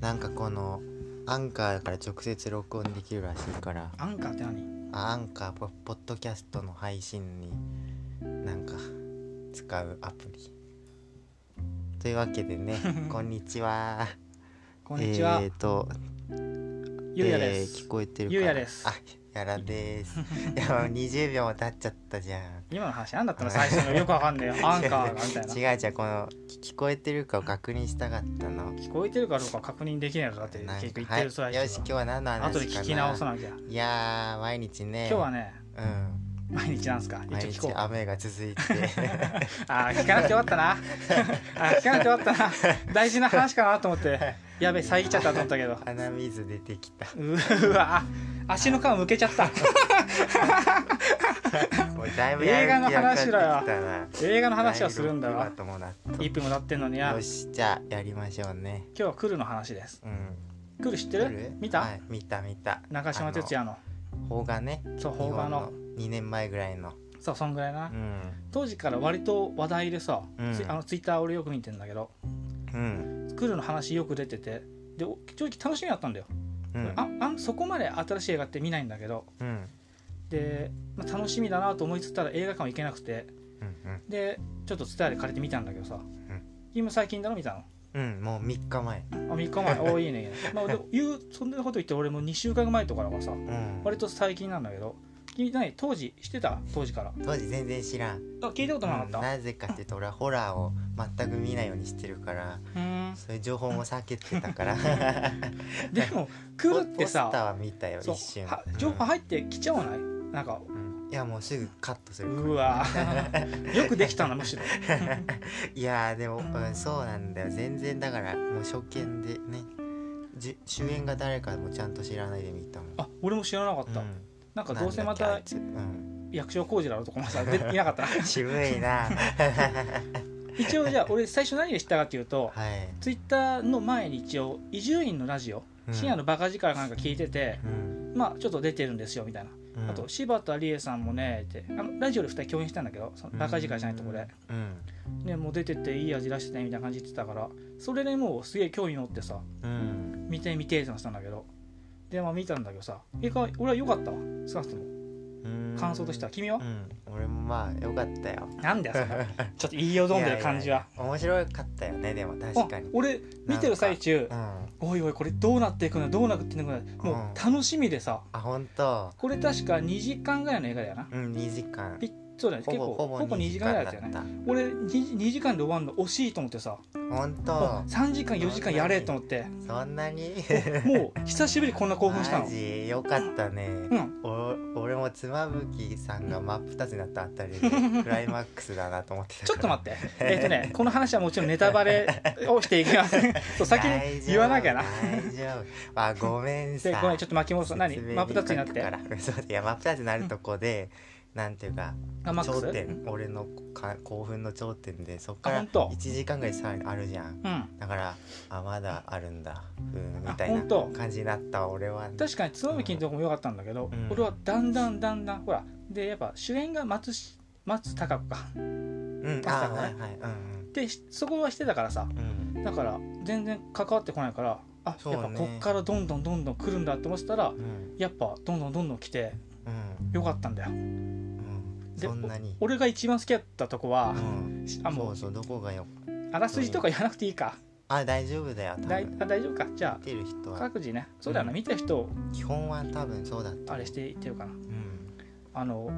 なんかこのアンカーから直接録音できるらしいからアンカーって何あアンカーポポッドキャストの配信になんか使うアプリというわけでね こんにちはこんにちは、えー、とゆうやでえす、ー聞こえてるかゆうやですあやらです いやもう20秒も経っちゃったじゃん今の話何だったの最初のよくわか んねえアンカーがみたいな違う違うこの聞聞こえてるかを確認したかったの聞こえてるかどうか確認できないのだってなん結か局言ってるそうはい、よやしし今日は何の話かな後で聞き直さなきゃいやー毎日ね今日はねうん毎日なんすか一応毎聞こ日う雨が続 いてあー聞かなくてよかっ たなあー聞かなくてよかったな大事な話かなと思 ってやべえ遮っちゃったと思ったけど鼻水出てきたうわ足の皮むけちゃったもうだいぶ映画のやる気話だよなくなってきたな映画の話はするんだ第わ六話ともなった1分も経ってんのにやよしじゃあやりましょうね今日は来るの話ですうん来る知って来る見た、はい、見た見た中島哲也のあの邦画ねそう邦画日の本2年前ぐらいのそうそんぐらいな、うん当時から割と話題でさ、うんツイあのツイッター俺よく見てんだけどうん来るの話よく出ててでお正直楽しみだったんだよ、うんああんそこまで新しい映画って見ないんだけどうんで、まあ、楽しみだなと思いつつたら映画館は行けなくてうんでちょっと伝えで借りてみたんだけどさ、ん今最近だろ見たのうんうんもう3日前あ3 日前おーいいねいいね、まあ、で言うそんなこと言って俺も2週間前とかだからさうん割と最近なんだけど君何当時知ってた当時から当時全然知らんあ聞いたことなかったうんなぜかっていうと俺はホラーを全く見ないようにしてるからうーんそういう情報も避けてたから来 でも来るってポスターさは見たよそう一瞬は情報入ってきちゃわないなんかうんうんいやもうすぐカットするからうわ よくできたなむしろいやーでも、うん、そうなんだよ全然だからもう初見でねじ主演が誰かもちゃんと知らないで見たもんあ俺も知らなかった、うんなんかどうせなまんだたっけあいつうん、役所工事だろうとかもさ出ていなか ったな渋いな 一応じゃあ俺最初何で知ったかっていうとはい、ツイッターの前に一応伊集院のラジオうん深夜のバカ力かなんか聞いてて、うんまあちょっと出てるんですよみたいな、うんあと柴田理恵さんもねってあのラジオで2人共演したんだけどそのバカ力じゃないとこで、うんねもう出てていい味出しててみたいな感じ言ってたからそれでもうすげえ興味持ってさうん見て見てってなってたんだけどでまあ見たんだけどさ映画俺は良かったわ少なくともうん感想としては君はう、ん俺もまあ良かったよなんだよそれ ちょっと言いよどんでる感じは。いやいや面白かったよねでも確かにあ俺見てる最中うんおいおいこれどうなっていくのどうなっていくのもう楽しみでさあ本当これ確か2時間ぐらいの映画だよなうん2時間ピッそうだねほ結ぼ構ほぼほぼ2時間ぐらいだだっったたよね俺 2, 2時間で終わるの惜しいと思ってさ本もう当3時間4時間やれと思ってそんなにもう久しぶりにこんな 興奮したマのジよかったね、うんお俺も妻夫木さんが真っ二つになったあたり でクライマックスだなと思ってたちょっとっ待って えっとねこの話はもちろんネタバレをしていきます そう先に言わなきゃな大丈夫あごめんでさごめんちょっと巻き戻す何説明真っ二つになっ書くてからそうだいや真っ二つになるとこで、なんていうかあマック頂ス点俺のか興奮の頂点でそっかあら本当1時間ぐらいさあるじゃんうんだからあまだあるんだうんあみたいな本当感じになった俺は確かに角の金とかも良かったんだけど、うん俺はだんだんだんだんほらでやっぱ主演が松し松たか子かうんあ確かはいにはいうんでしそこはしてたからさうんうんだから全然関わってこないからあ、そうやねっぱこっからどんどんどんどん来るんだって思ってたらうんやっぱどんどんどんどん来てうんよかったんだようんでそんなにお俺が一番好きだったとこは、うんしあもそううそうどこがよあらすじとか言わなくていいか、あ大丈夫だよ多だい分あ大丈夫かじゃ見てる人あは各自ねそうだよな、うん見た人基本は多分そうだったあれしていってるかなうんあの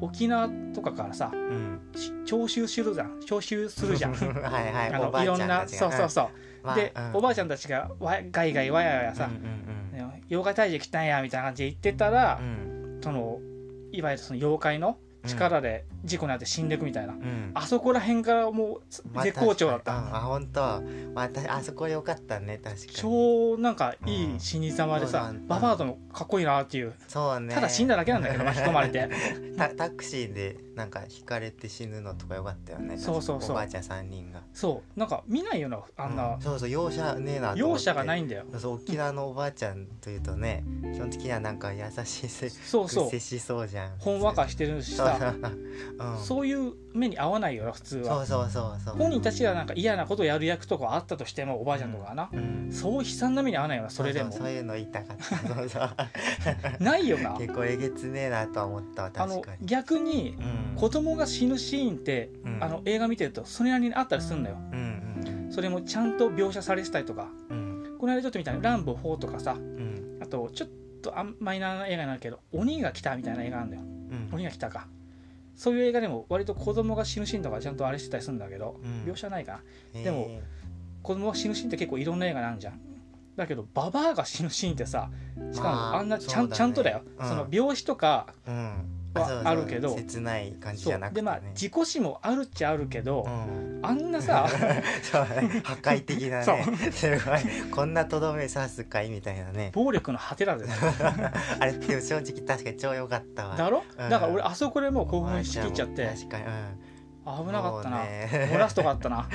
沖縄とかからさうんし徴収するじゃん徴収するじゃん はいはあいおばのあいちゃろんんたなちそがうそうそう、うんまあで、うんおばあちゃんたちがわガイガイワヤワヤさうん、うんね妖怪退治来たんやみたいな感じで言ってたらう、んそのいわゆるその妖怪の力で事故になって死んでいくみたいな、うんうんあそこら辺からもうまあ絶好調だった、確かにうんあ本当またあそこ良かったね確かに超なんかいい死に様でさ、うんババアともかっこいいなっていう、そうね ただ死んだだけなんだけど巻き込まれてたタクシーでなんか引かれて死ぬのとかよかったよねそうそうそうおばあちゃん3人がそうなんか見ないよなあんうな、そうそう容赦ねえなと思容って赦がないんだよそう沖縄のおばあちゃんというとね基本的にはなんか優しいせそうそう接しそうじゃんほんわかしてるしそうそさ ううんそういう目に合わないよな普通そはうそうそうそう本人たちがなんか嫌なことをやる役とかあったとしてもおばあちゃんとかはな、うんそう悲惨な目に合わないよなそれでもううそういうの言いたかったそうそう ないよ な結構えげつねえなとは思ったわあ確のかに逆にうん子供が死ぬシーンって、うんあの映画見てるとそれなりにあったりするんだようんそれもちゃんと描写されてたりとかうんうんこの間ちょっと見たね「ランボ4」とかさうんあとちょっとあんマイナーな映画になるけど「鬼が来た」みたいな映画なんだようん鬼が来たかそういう映画でも割と子供が死ぬシーンとかちゃんとあれしてたりするんだけど、うん描写ないかなえーでも子供が死ぬシーンって結構いろんな映画なんじゃんだけどババアが死ぬシーンってさしかまもああんなちゃそうん,、だねちゃんとだよ、うんその病死とかうんはそうそうあるけど切ない感じじそゃうなくてでまあね自己死もあるっちゃあるけどう、んあんなさ そうね破壊的なそね すごいこんなとどめ刺すかいみたいなね暴力の果てだぜ あれって正直確かに超良かったわだろ、うんだから俺あそこでもう興奮しきっちゃっおばてあちゃんも確かに危うんなかったな、もうね漏らすとかあったな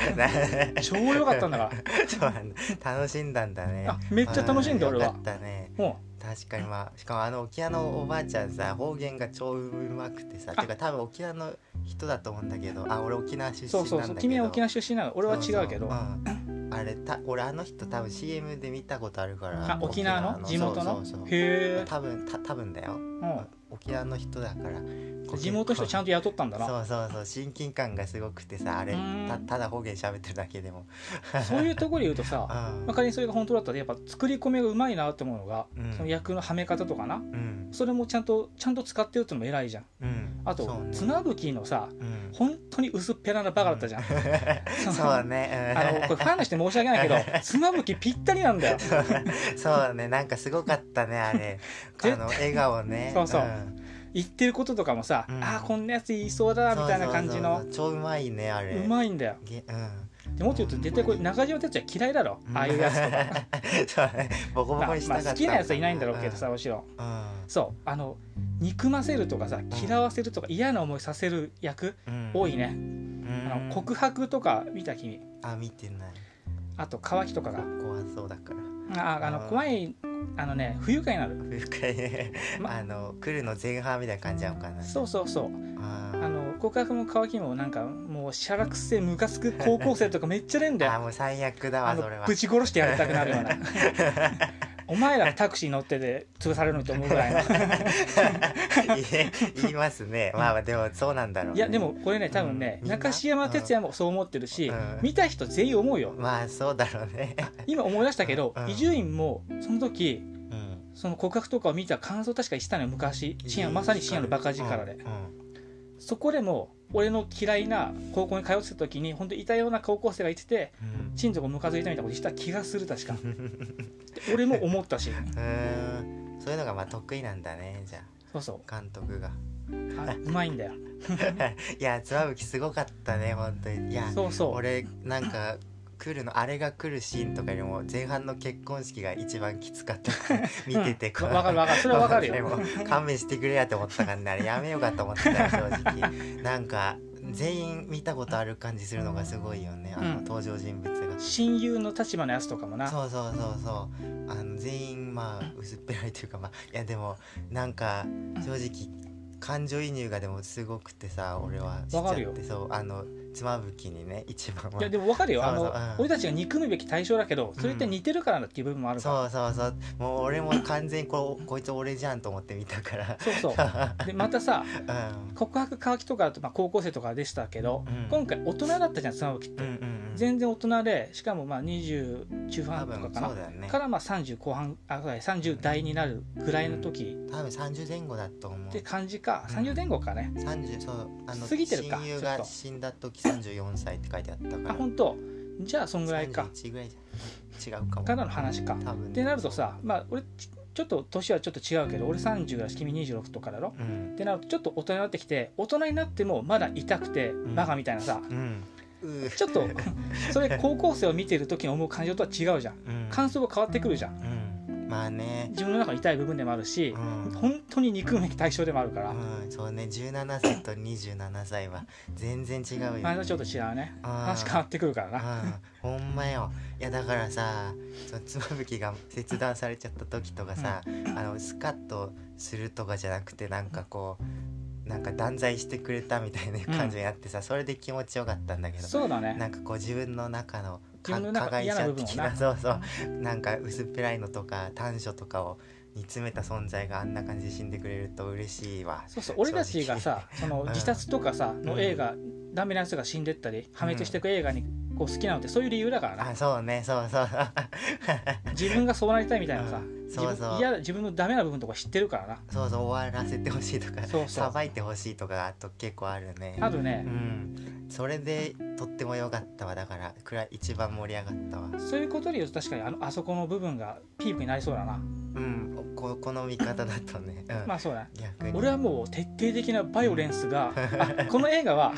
超良かったんだから そうなんだ楽しんだんだねあめっちゃ楽しんだう俺よはかったねも確かにまあしかもあの沖縄のおばあちゃんさ方言が超うまくてさあてか多分沖縄の人だと思うんだけどあ俺沖縄出う身そなんだうけどそうそう君は沖縄出身なの俺は違うけどそそうんあれた俺あの人多分 CM で見たことあるからあ沖縄の地元のそうそうそうへえ、多分た多分だよう、沖縄の人だからこうん地元の人ちゃんと雇ったんだなそうそうそう親近感がすごくてさあれうんたただ方言喋ってるだけでもそういうところで言うと さ、うんまあ、仮にそれが本当だったらやっぱ作り込みがうまいなって思うのが、うんその役のはめ方とかなうんそれもちゃんとちゃんと使ってるってのも偉いじゃんうんあと、そうね綱吹きのさうん本当に薄っぺらなバカだっ たじゃん、そのそうねあのこれファンの人に申し訳ないけ ど綱吹きぴったりなんだようんそうねなんかすごかったねあれあ絶対の笑顔ねそうそうん言ってることとかもさ、うんああこんなやつ言いそうだなみたいな感じのそうそうそう超うまいねあれうまいんだよげうんでもっと言うと絶対これ中島哲也嫌いだろああいうやつと かそうねボコボコにしたまかあったまあ好きなやつはいないんだろうけどさうんむしろうんそうあの憎ませるとかさ嫌わせるとか嫌な思いさせる役うん多いねうんあの告白とか見た君あ見てないあと乾きとかが怖そうだからああうのん怖いあのね不愉快になる不愉快ねまあの来るの前半みたいな感じなのかなそうそうそうああーの告白も乾きもなんかもうしゃらくせムカつく高校生とかめっちゃ出んだあーよもう最悪だあわのそれはぶち殺してやりたくなるようなお前らタクシー乗ってて潰されるのと思うぐらいの 言いますねまあまあでもそうなんだろうね、いやでもこれね多分ねうん中島哲也もそう思ってるしうん見た人全員思うよまあそうだろうね今思い出したけどうん伊集院もその時うんその告白とかを見た感想確か言ってたのよ昔深夜まさに深夜のバカ力でうんうんそこでも俺の嫌いな高校に通ってた時に本当いたような高校生がいててうん親族ムカついたみたいなことした気がす る確かで俺も思ったしうーんそういうのがまあ得意なんだねじゃそうそあ監督がうあうまいんだよ いやつばぶきすごかったね本当にいやそうそう俺なんか来るのあれが来るシーンとかよりも前半の結婚式が一番きつかった 見ててわわかるわかるそれはわか るでよも勘弁してくれやと思ったからねあれやめようかと思ってた よ正直なんか全員見たことある感じするのがすごいよねあのうん登場人物が、親友の立場のやつとかもなそうそうそうそうあの全員まあ薄っぺらいというかまあいやでもなんか正直感情移入がでもすごくてさ俺はしちゃわっかるよてそうあのつまぶきにね一番はいやでもわかるよあそうそのううん俺たちが憎むべき対象だけどそれって似てるからだっていう部分もあるからそうそうそうもう俺も完全にこうこいつ俺じゃんと思って見たからそう そうでまたさうん告白乾きとかだとまあ高校生とかでしたけどうん今回大人だったじゃん妻夫木ってうんうんうん全然大人でしかもまあ20中多半とか分かそうなだよねか多らまあ30後半あそうだね30代になるぐらいの時分30前後だと思っうて感じかうん30前後かね30そうあの過ぎてるか親友ちょがっと死んだ時34歳って書いてあったからあ本当じゃあそんぐらいか31ぐらいじゃん違うかもからの話か多分ねってなるとさまあ俺ちちょっと年はちょっと違うけど俺30だし君26とかだろうんってなるとちょっと大人になってきて大人になってもまだ痛くてんバカみたいなさうんうーちょっと それ高校生を見てる時に思う感情とは違うじゃんうん感想が変わってくるじゃんうんまあね自分の中の痛い部分でもあるしう、ん、本当に憎むべき対象でもあるから、うん、そうね17歳と27歳は全然違うよ、ね、あれはちょっと違うねうん話変わってくるからなうん、ほんまよいやだからさその妻夫木が切断されちゃった時とかさ、あのスカッとするとかじゃなくてなんかこうなんか断罪してくれたみたいな感じになってさ、それで気持ちよかったんだけどそうだねなんかこう自分の中のか自分の中加害者的な嫌な部分そうそうなんか薄っぺらいのとか短所とかを煮詰めた存在があんな感じで死んでくれると嬉しいわそうそう俺たちがさそのうん自殺とかさの映画ダメなやつが死んでったり破滅していく映画にこう好きなのってそういう理由だからなあそうねそうそう自分がそうなりたいみたいなさうん自そうそう分いや自分のダメな部分とか知ってるからなそうそう終わらせてほしいとかそうそうさばいてほしいとかあと結構あるねあるねうんそれでとっても良かったわだからくらい一番盛り上がったわそういうことで言うと確かにあのあそこの部分がピークになりそうだなうんここの見方だとね、うんまあそうだね逆に俺はもう徹底的なバイオレンス があこの映画はうん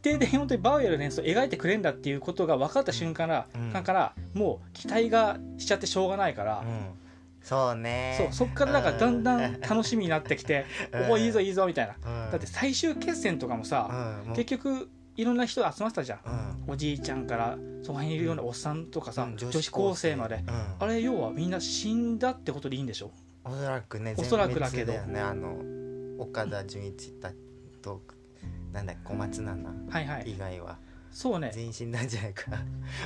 徹底的に本当にバイオレンスを描いてくれんだっていうことが分かった瞬間から,、うんからもう期待がしちゃってしょうがないから、うん、そうねそうそっからなんかだんだん楽しみになってきて「うんおおいいぞいいぞ」みたいな、うんだって最終決戦とかもさ、うんもう結局いろんな人が集まってたじゃんうんおじいちゃんからその辺にいるようなおっさんとかさ、うん女子高生まで、うんあれ要はみんな死んだってことでいいんでしょおそらくねおそらくだけど全滅だよねあの岡田准一たとなんだっけ小松菜奈はいはい以外はそうね全員死んだんじゃないか、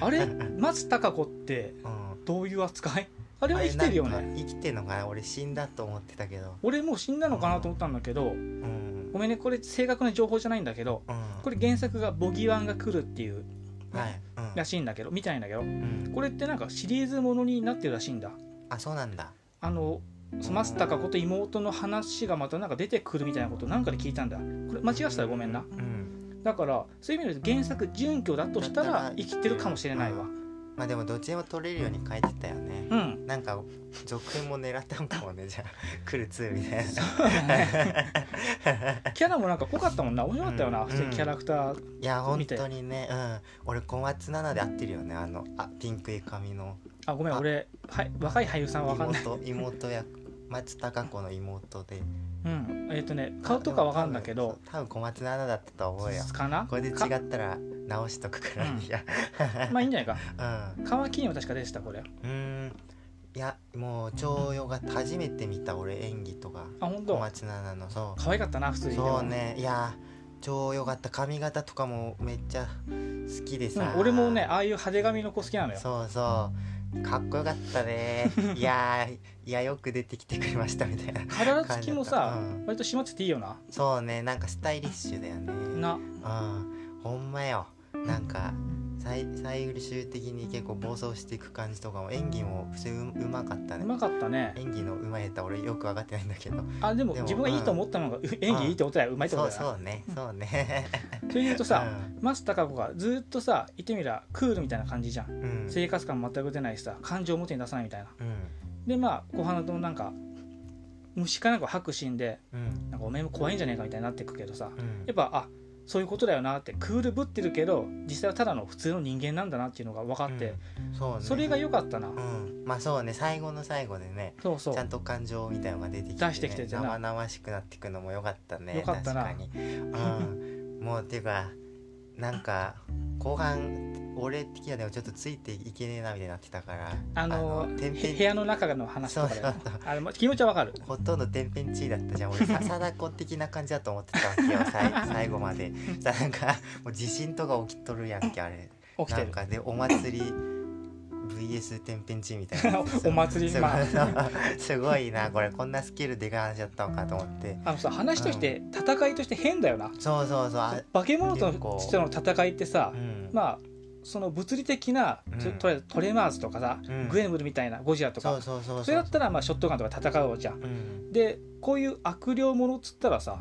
あれ松たか子ってうんどういう 扱いあれは生きてるよあれなねんか生きてんのかな俺死んだと思ってたけど俺もう死んだのかなと思ったんだけど、うんごめんねこれ正確な情報じゃないんだけどうんこれ原作が「ボギワンが来る」っていうはい、うんらしいんだけどみたいんだけどうんこれってなんかシリーズものになってるらしいんだあそうなんだあの松たか子と妹の話がまたなんか出てくるみたいなことなんかで聞いたんだこれ間違ってたらごめんなうんだからそういう意味で言うと原作準拠だとしただったらら生きてるかもしれないわまあでもどっちでも取れるように書いてたよね、 うんなんか続編も狙ったんかもねじゃあ来る2みたいなキャラもなんか濃かったもんな面白かったよなうん普通にキャラクターいや本見て当にねうん俺小松菜奈で合ってるよねあのあピンクい髪のあごめん俺はい若い俳優さんわかんない妹妹役松たか子の妹でうんえっとね顔とかわかんだけど多分小松菜奈だったと思うよかなこれで違かったら直しとくからうんいやまあいいんじゃないかうん川木にも確か出てたこれうーんいやもう超良かった初めて見た俺演技とかあ本小当。松菜奈のそ可愛かったな普通うにそうねいや超良かった髪型とかもめっちゃ好きででもさ、うん俺もねああいう派手髪の子好きなのよそうそうかっこよかった ねいやーいやよく出てきてくれましたみたいな体つきもさ、感じだったうん割と締まってていいよなそうねなんかスタイリッシュだよねなうんほんまよなんか最最終的に結構暴走していく感じとかも演技も普通にううまかったねうまかったね演技のうまい下手俺よく分かってないんだけどあでもでも自分がいいと思ったのが、う演技いいってことだようまいってこそとうだそうねそうねそれで言うと さ、うんマスタカ子がずっとさ言ってみりゃクールみたいな感じじゃんうん生活感全く出ないしさ感情を表に出さないみたいなうんでまあ後半のなんか虫かなんかを吐くシーンでうんなんかお前も怖いんじゃねえかみたいになってくけどさうんやっぱあそういうことだよなってクールぶってるけど実際はただの普通の人間なんだなっていうのが分かって、うんそうねそれが良かったな、うんまあそうね最後の最後でねそうそちゃうんと感情みたいのが出てきて、ね、出してきててな生々しくなってくのもよかったねよかったな確かに、うん、もうっていうかなんか後半俺的にはでもちょっとついていけねえなみたいになってたからあのてんへぺ部ん屋の中の話とかでそうそうそうあれも気持ちは分かるほとんど天変地異だったじゃん 俺さ貞子的な感じだと思ってたわけよさい最後までさなんかもう地震とか起きとるやんけあれ起きてなんるかでお祭り VS 天変地異みたいな お祭りすごいまあ すごいなこれこんなスキルでかい話だったのかと思ってあのさ話として戦いとして変だよなそうそうそうあ化け物と結構の戦いってさうんまあその物理的なうんちょとりあえずトレマーズとかさうんグエムルみたいなゴジラとそかうそうそうそれだったらまあショットガンとか戦うじゃんうんでこういう悪霊ものっつったらさ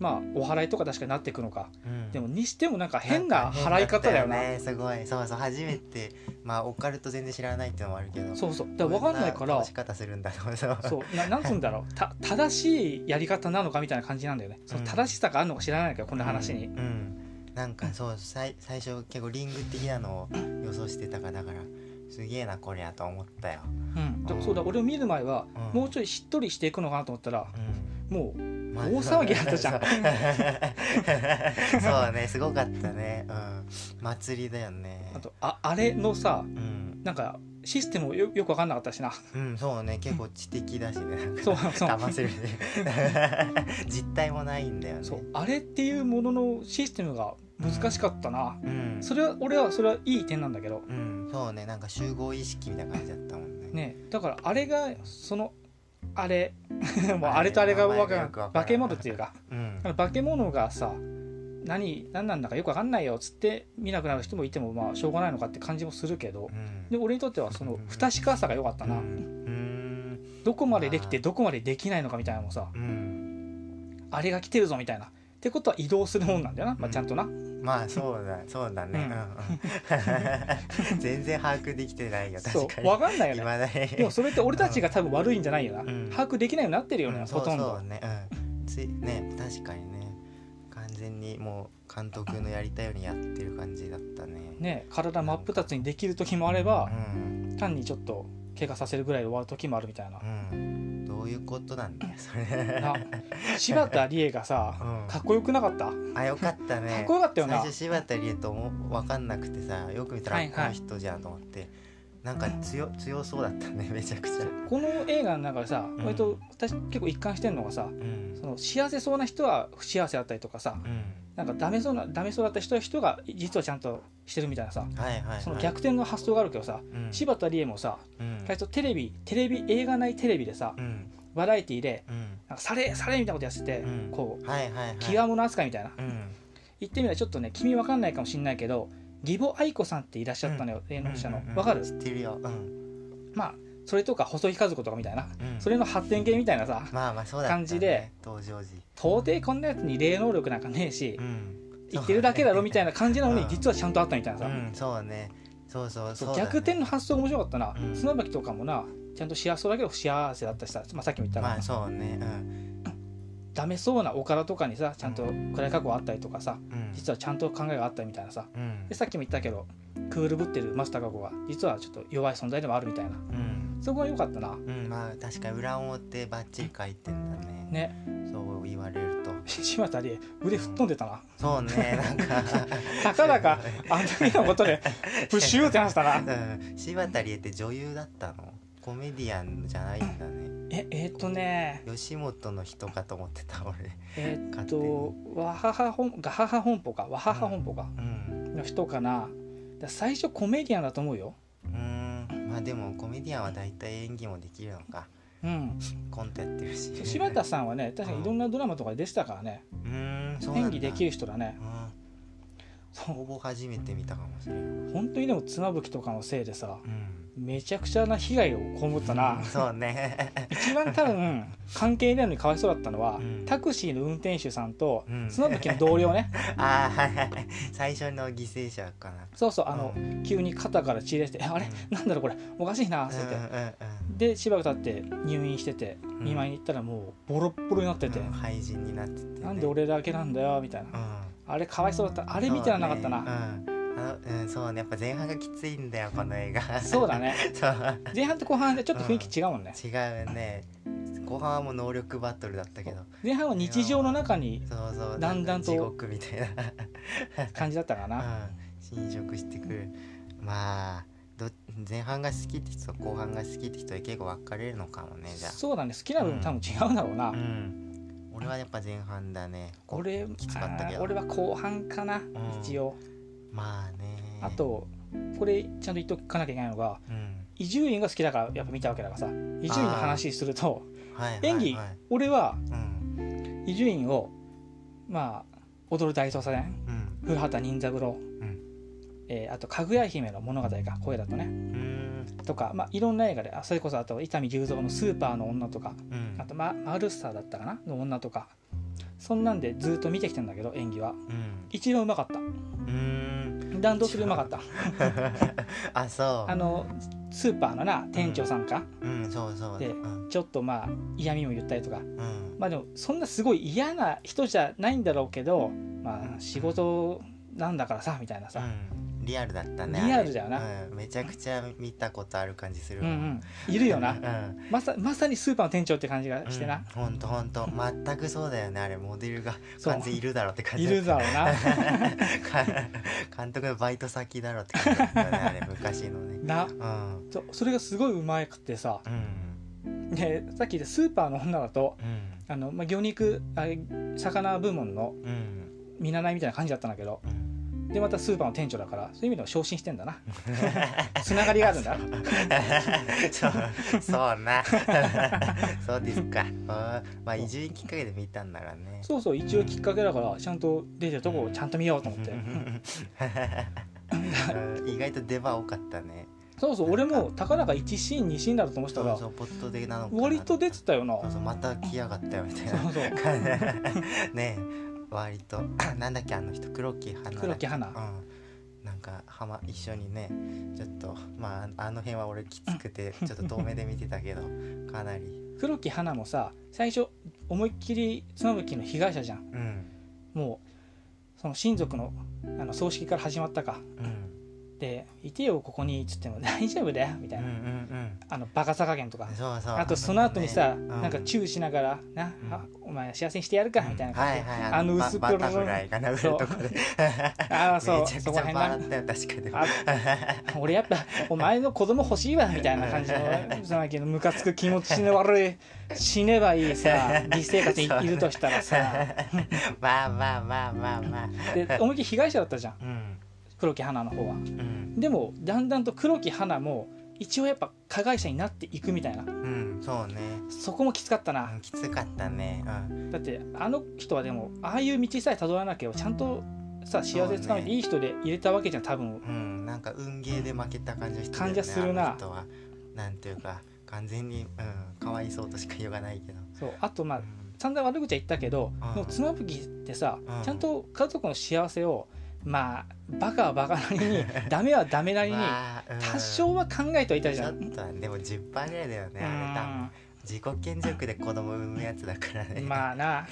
まあお祓いとか確かになってくのかうんでもにしてもなんか変な払い方だよなねすごいそうそう初めてまあオカルト全然知らないっていうのもあるけどそうそうだから分かんないかこんら倒し方するんだと思うそうそうななんつうんだろうた正しいやり方なのかみたいな感じなんだよねその正しさがあるのか知らないけどこんな話にうん、うんなんかそう最最初結構リング的なのを予想してたからだからすげえなこりゃと思ったよ、うん、だそうだ俺を見る前は、うんもうちょいしっとりしていくのかなと思ったらうんもうまあ大騒ぎだったじゃんそう そうねすごかったねうん祭りだよねあとああれのさうん、なんかシステムよよく分かんなかったしなうん、そうね結構知的だしねなんかそうそう騙せるね 実態もないんだよねそうあれっていうもののシステムが難しかったな、うんそれは俺はそれはいい点なんだけどうん、そうねなんか集合意識みたいな感じだったもんねねだからあれがそのあれ もうあれとあれがわかあれんよくわからん化け物っていうかうんだから化け物がさ何何なんだかよくわかんないよっつって見なくなる人もいてもまあしょうがないのかって感じもするけどうんで俺にとってはその不確かさが良かったな、うんどこまでできてあーどこまでできないのかみたいなのもさうん、あれが来てるぞみたいなってことは移動するもんなんだよな、まあ、ちゃんとな、まあそうだそうだね、うんうんうん 全然把握できてないよそ確うかにわかんないよいねまだにでもそれって俺たちが多分悪いんじゃないよな、うん把握できないようになってるよね、うんほとんどそうそうね,、うん、ついね確かにね完全にもう監督のやりたいようにやってる感じだったねね体真っ二つにできる時もあればう、ん、単にちょっと怪我させるぐらいで終わる時もあるみたいな、うん、どういうことなんだよそれな柴田理恵がさ、うんかっこよくなかったあよかったねかっこよかったよな最初柴田理恵とも分かんなくてさよく見たら、はいはいこの人じゃんと思ってなんか強強そうだったねめちゃくちゃ、この映画の中でさ、ん割と私結構一貫してんのがさうんその幸せそうな人は不幸せだったりとかさうん、なんかダメそうなダメそうだった人は人が実はちゃんとしてるみたいなさはいはい、はい、その逆転の発想があるけどさ、うん、柴田理恵もさうん割とテレビテレビ映画内テレビでさうんバラエティーでうんなんかされされみたいなことやってて、うんこうはいはいはい気が物扱いみたいな、うん言ってみればちょっとね君わかんないかもしれないけど義母愛子さんっていらっしゃったのよ芸能者のうんうんうんわかる知ってるようん、まあそれとか細木和子とかみたいなうん、それの発展系みたいなさまあまあそうだった、ね、感じで登場時、到底こんなやつに霊能力なんかねえしうん、言ってるだけだろみたいなな感じなのうにん実はちゃんとあったみたいなさうんそうねそうそうそそううだね、逆転の発想が面白かったなうん砂巻とかもなちゃんと幸せそうだけど不幸せだったしさ、まあ、さっきも言ったまらあそうねうんダメそうなおからとかにさちゃんと暗い過去があったりとかさうん実はちゃんと考えがあったりみたいなさうんでさっきも言ったけどクールぶってるマスター過去が実はちょっと弱い存在でもあるみたいなうんそこが良かったなうんまあ確かに裏表ばっちり書いてんだねねそう言われると柴田理恵腕吹っ飛んでたなそう ねなんかたか だかあの時のことでプシューってなってたなうん柴田理恵って女優だったのコメディアンじゃないんだねええーっとね吉本の人かと思ってた俺えーっとわはは本ガハハ本舗かわはは本舗かうんの人かなだ最初コメディアンだと思うようーんまあでもコメディアンは大体演技もできるのかうんコントやってるし柴田さんはね確かにいろんなドラマとかで出てたからねうーんそうなんだ演技できる人だねうんそうほぼ初めて見たかもしれないうん本当にでも綱吹きとかのせいでさめちゃくちゃな被害を被ったなうんそうね 一番多分関係ないのにかわいそうだったのは、うんタクシーの運転手さんとうん綱吹きの同僚 ねああはいはいはい最初の犠牲者かなそうそうあの、うん急に肩から血出して「あれうなんだろうこれおかしいな」っつうっんて、うんでしばらく経って入院しててん見舞いに行ったらもうボロッボロになっててうん、廃人になっててね、なんで俺だけなんだよみたいな、うんあれかわいそうだったあれ見てらんなかったなそうねうんあのうんそうねやっぱ前半がきついんだよこの映画そうだね そう前半と後半でちょっと雰囲気違うもんね、違うね後半はもう能力バトルだったけど前半は日常の中にそうそうだんだんと地獄みたい感じだったからな、な、うん、侵食してくるまあど前半が好きって人と後半が好きって人で結構分かれるのかもねじゃそうだね好きな部分多分違うんだろうな、あうん俺はやっぱ前半だねこ俺きつかったけあーど俺は後半かな、ん一応まあねあとこれちゃんと言っとかなきゃいけないのがうん伊集院が好きだからやっぱ見たわけだからさ伊集院の話するとはいはいはい演技俺はうん伊集院をまあ「踊る大捜査線うん」古畑任三郎、んえーあと「かぐや姫の物語」か声だとうねーんとか、まあ、いろんな映画であそれこそあと伊丹十三の「スーパーの女」とかうんあと、ま「マルサー」だったかなの女とかそんなんでずっと見てきてんだけど演技はうん一番うまかったうーん弾道するうまかったあそうあのスーパーのな店長さんか、うんそうそうでうんちょっとまあ嫌味も言ったりとかうんまあでもそんなすごい嫌な人じゃないんだろうけどまあ仕事なんだからさみたいなさ、うんリアルだったねリアルあれだよなうん、めちゃくちゃ見たことある感じするうわんうんいるよなうんまさまさにスーパーの店長って感じがしてな、うんほんとほんと全くそうだよねあれモデルがそう完全いるだろうって感じいるだろうな監督のバイト先だろうって感じだったよねあれ昔のね なうんそそれがすごいうまくてさうんでさっき言ったスーパーの女だとうんあの、まあ、魚肉あ魚部門のうん見習いみたいな感じだったんだけどうんでまたスーパーの店長だからそういう意味でも昇進してんだな つながりがあるんだそうそうなそうですかうんまあ移住きっかけで見たんならねそうそう一応きっかけだからちゃんと出てるとこをちゃんと見ようと思って、うん意外と出番多かったねそうそう俺もたかだか1シーン2シーンだろうと思ってそたうらそうポットでなのかな割と出てたよなそうそうまた来やがったよみたいなそうそう感じねえ割となんだっけあの人黒木花だっけ黒木花うんなんか浜一緒にねちょっとまああの辺は俺きつく てちょっと遠目で見てたけどかなり黒木花もさ最初思いっきり妻夫木の被害者じゃんうんもうその親族のあの葬式から始まったかうんで「いてよここに」っつっても「大丈夫だよ」みうんうたいんな、うんあのバカさ加減とかそうそうあとその後にさ、うんなんかチューしながら「な、うんあお前幸せにしてやるか」みたいな感じで、はいはいあの薄っぺバろバタフライが殴るとこで ああそうめちゃそくこちらゃ辺笑なったよ確かにあ俺やっぱお前の子供欲しいわみたいな 感じのそのムカつく気持ちの悪い死ねばいいさ 美生活にいるとしたらさまあまあまあまあまあ で思いっきり被害者だったじゃんうん黒木花の方はうんでもだんだんと黒木花も一応やっぱ加害者になっていくみたいなうんそうねそこもきつかったうなんきつかったねうんだってあの人はでもああいう道さえたどらなきゃちゃんとさ幸せつかめていい人で入れたわけじゃん多分うんなんか運ゲーで負けた感じの人だよね感じはするなあの人はなんていうか完全にうんかわいそうとしか言いようがないけどそうあとまあうん散々悪口は言ったけど、うんでも妻夫木ってさ、うんちゃんと家族の幸せをまあバカはバカなり にダメはダメなりにまあうん多少は考えてはいたじちゃょっん。とはでも10%ぐらいだよねあれ多分う自己顕示欲で子供産むやつだからねんまあな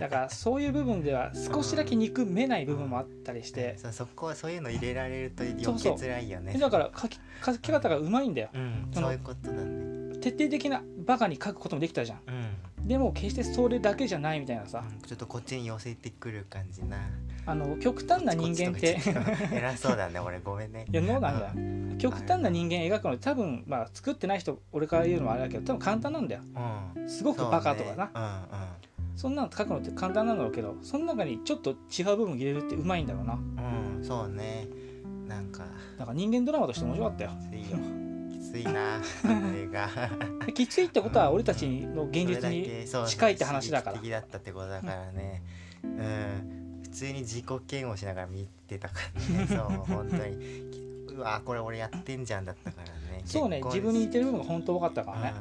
だからそういう部分では少しだけ憎めない部分もあったりして、 そうそこそういうの入れられると余計そうそう辛いよねだから書き書き方がうまいんだようんそのそういうことだね徹底的なバカに書くこともできたじゃんうん、でも決してそれだけじゃないみたいなさうんちょっとこっちに寄せてくる感じなあの極端な人間ってこちとか言っちゃう偉そうだね俺ごめんね いやそうなんだよ極端な人間描くの多分まあ作ってない人俺から言うのもあれだけど多分簡単なんだようんすごくバカとかなそ,、なんなの書くのって簡単なんだろうけどその中にちょっと違う部分入れるってうまいんだろうなうんうん、うん、そうねなんかだから人間ドラマとして面白かったよきついよきついなあの映画できついってことは俺たちの 現実に近いって話だから刺激的だったってことだからねうん普通に自己嫌悪しながら見てたからね そう本当にきうわこれ俺やってんじゃんだったからねそうね結婚自分に似てる部分が本当多かったかうんらね、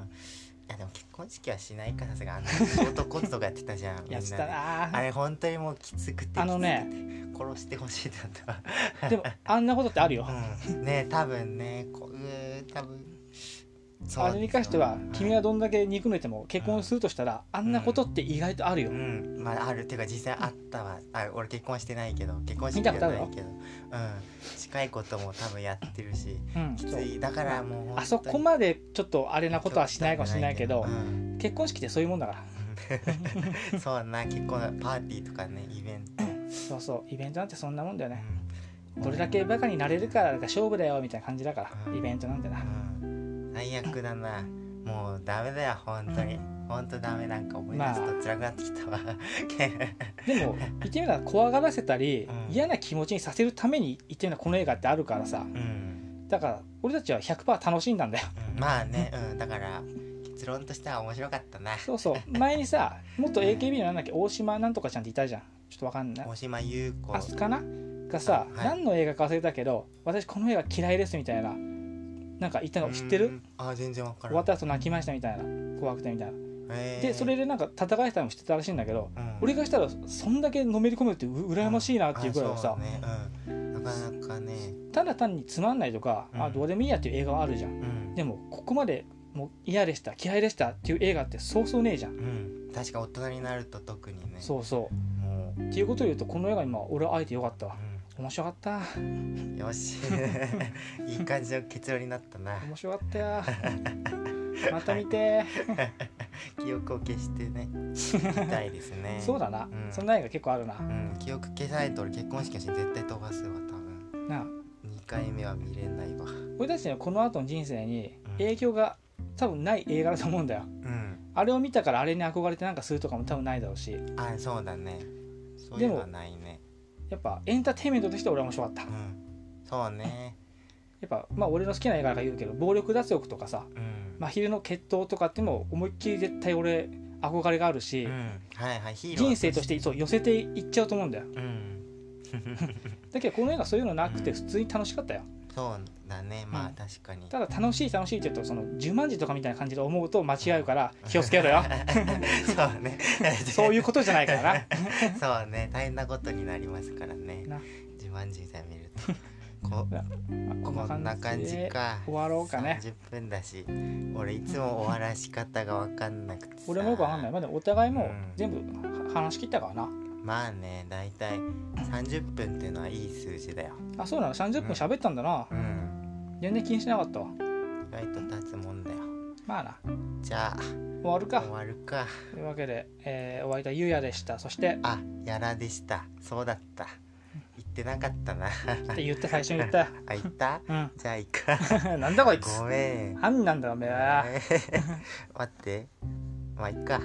いやでも結婚式はしないかさすがあのショートコントとかやってたじゃんみんやなってでたなあれ本当にもうきつくてあのねきつくて殺してほしいってなった でもあんなことってあるよ、うん、ね多分ねこうー多分そうあれに関しては君は、はどんだけ憎めても結婚するとしたらあんなことって意外とあるよ、うんまああるていうか実際あったわあ俺結婚してないけど結婚式見じたゃこなとあるいけど、うん、近いことも多分やってるしうんきそつういだからもう本当にあそこまでちょっとあれなことはしないかもしれないけどう、ん結婚式ってそういうもんだからそうな結婚パーティーとかねイベント、そうそうイベントなんてそんなもんだよね、うんどれだけバカになれるかが勝負だよみたいな感じだから、うんイベントなんてうな、ん最悪だなもうダメだよ本当に本当ダメなんか思い出すと辛くなってきたわ、でも言ってみたら怖がらせたり、うん嫌な気持ちにさせるために言ってみたらこの映画ってあるからさうんだから俺たちは100%楽しんだんだよ うんまあね、うん、だから結論としては面白かったな。そうそう前にさもっと AKB のなんだっけ大島なんとかちゃんっていたじゃんちょっとわかんない大島優子あ。すかながさ、はい何の映画か忘れたけど私この映画嫌いですみたいななんか言ったの知ってうるんあ全然わから終なわいっ。た後泣きましたみたいな怖くてみたいなへーでそれ、でなんか戦えたりもしてたらしいんだけどうん俺がしたらそんだけのめり込めるってう羨ましいなっていうぐらいはあさそうねうん、なかなかね、ただ単につまんないとか、うんあどうでもいいやっていう映画はあるじゃんうんでもここまでもう嫌でした嫌いでしたっていう映画ってそうそうねえじゃんうん、確か大人になると特にね。そうそうもう、っていうことを言うとこの映画今俺はあえてよかったわう面白かったよ しいい感じの結論になったな面白かっ たよまた見て記憶を消して ね見たいですねそうだな、うんそんな映画結構あるな、うん記憶消さないと俺結婚式はし絶対飛ばすわ多分なあ2回目は見れないわ俺たちのこの後の人生にうん影響が多分ない映画だと思うんだようんあれを見たからあれに憧れてなんかするとかも多分ないだろうしあそうだねそういうのはないねやっぱエンターテインメントとして俺は面白かったやうんそうねっぱまあ俺の好きな映画だから言うけど暴力脱力とかさうん、真昼の決闘とかっていうのも思いっきり絶対俺憧れがあるし、うん、はいはいヒーロー人生としてそう寄せていっちゃうと思うんだようんだけどこの映画そういうのなくてうん普通に楽しかったよ、そうだねまあうん確かに、 ただ楽しい楽しいって言うとその10万字とかみたいな感じで思うと間違う から気をつけろよそうね そういうことじゃないからな そうね大変なことになりますからねな自慢自体見る とここんなこんな感感じじでか終わろうかね30分だし俺いつも終わらし方が分かんなくてさ俺もよくわかんないまあでもお互いもううん全部は話し切ったからなまあね大体30分っていうのはいい数字だよあそうなの30分喋ったんだなうん全然気にしなかったわ意外と立つもんだよまあなじゃ終わるあか終わるかというわけで、えー、お相手はゆうやでしたそしてあやらでしたそうだった言ってなかったなって言った最初に言ったよあ言ったうじゃあ行くかん なんだこいつごめん何なんだおめえはえー待ってまあいっか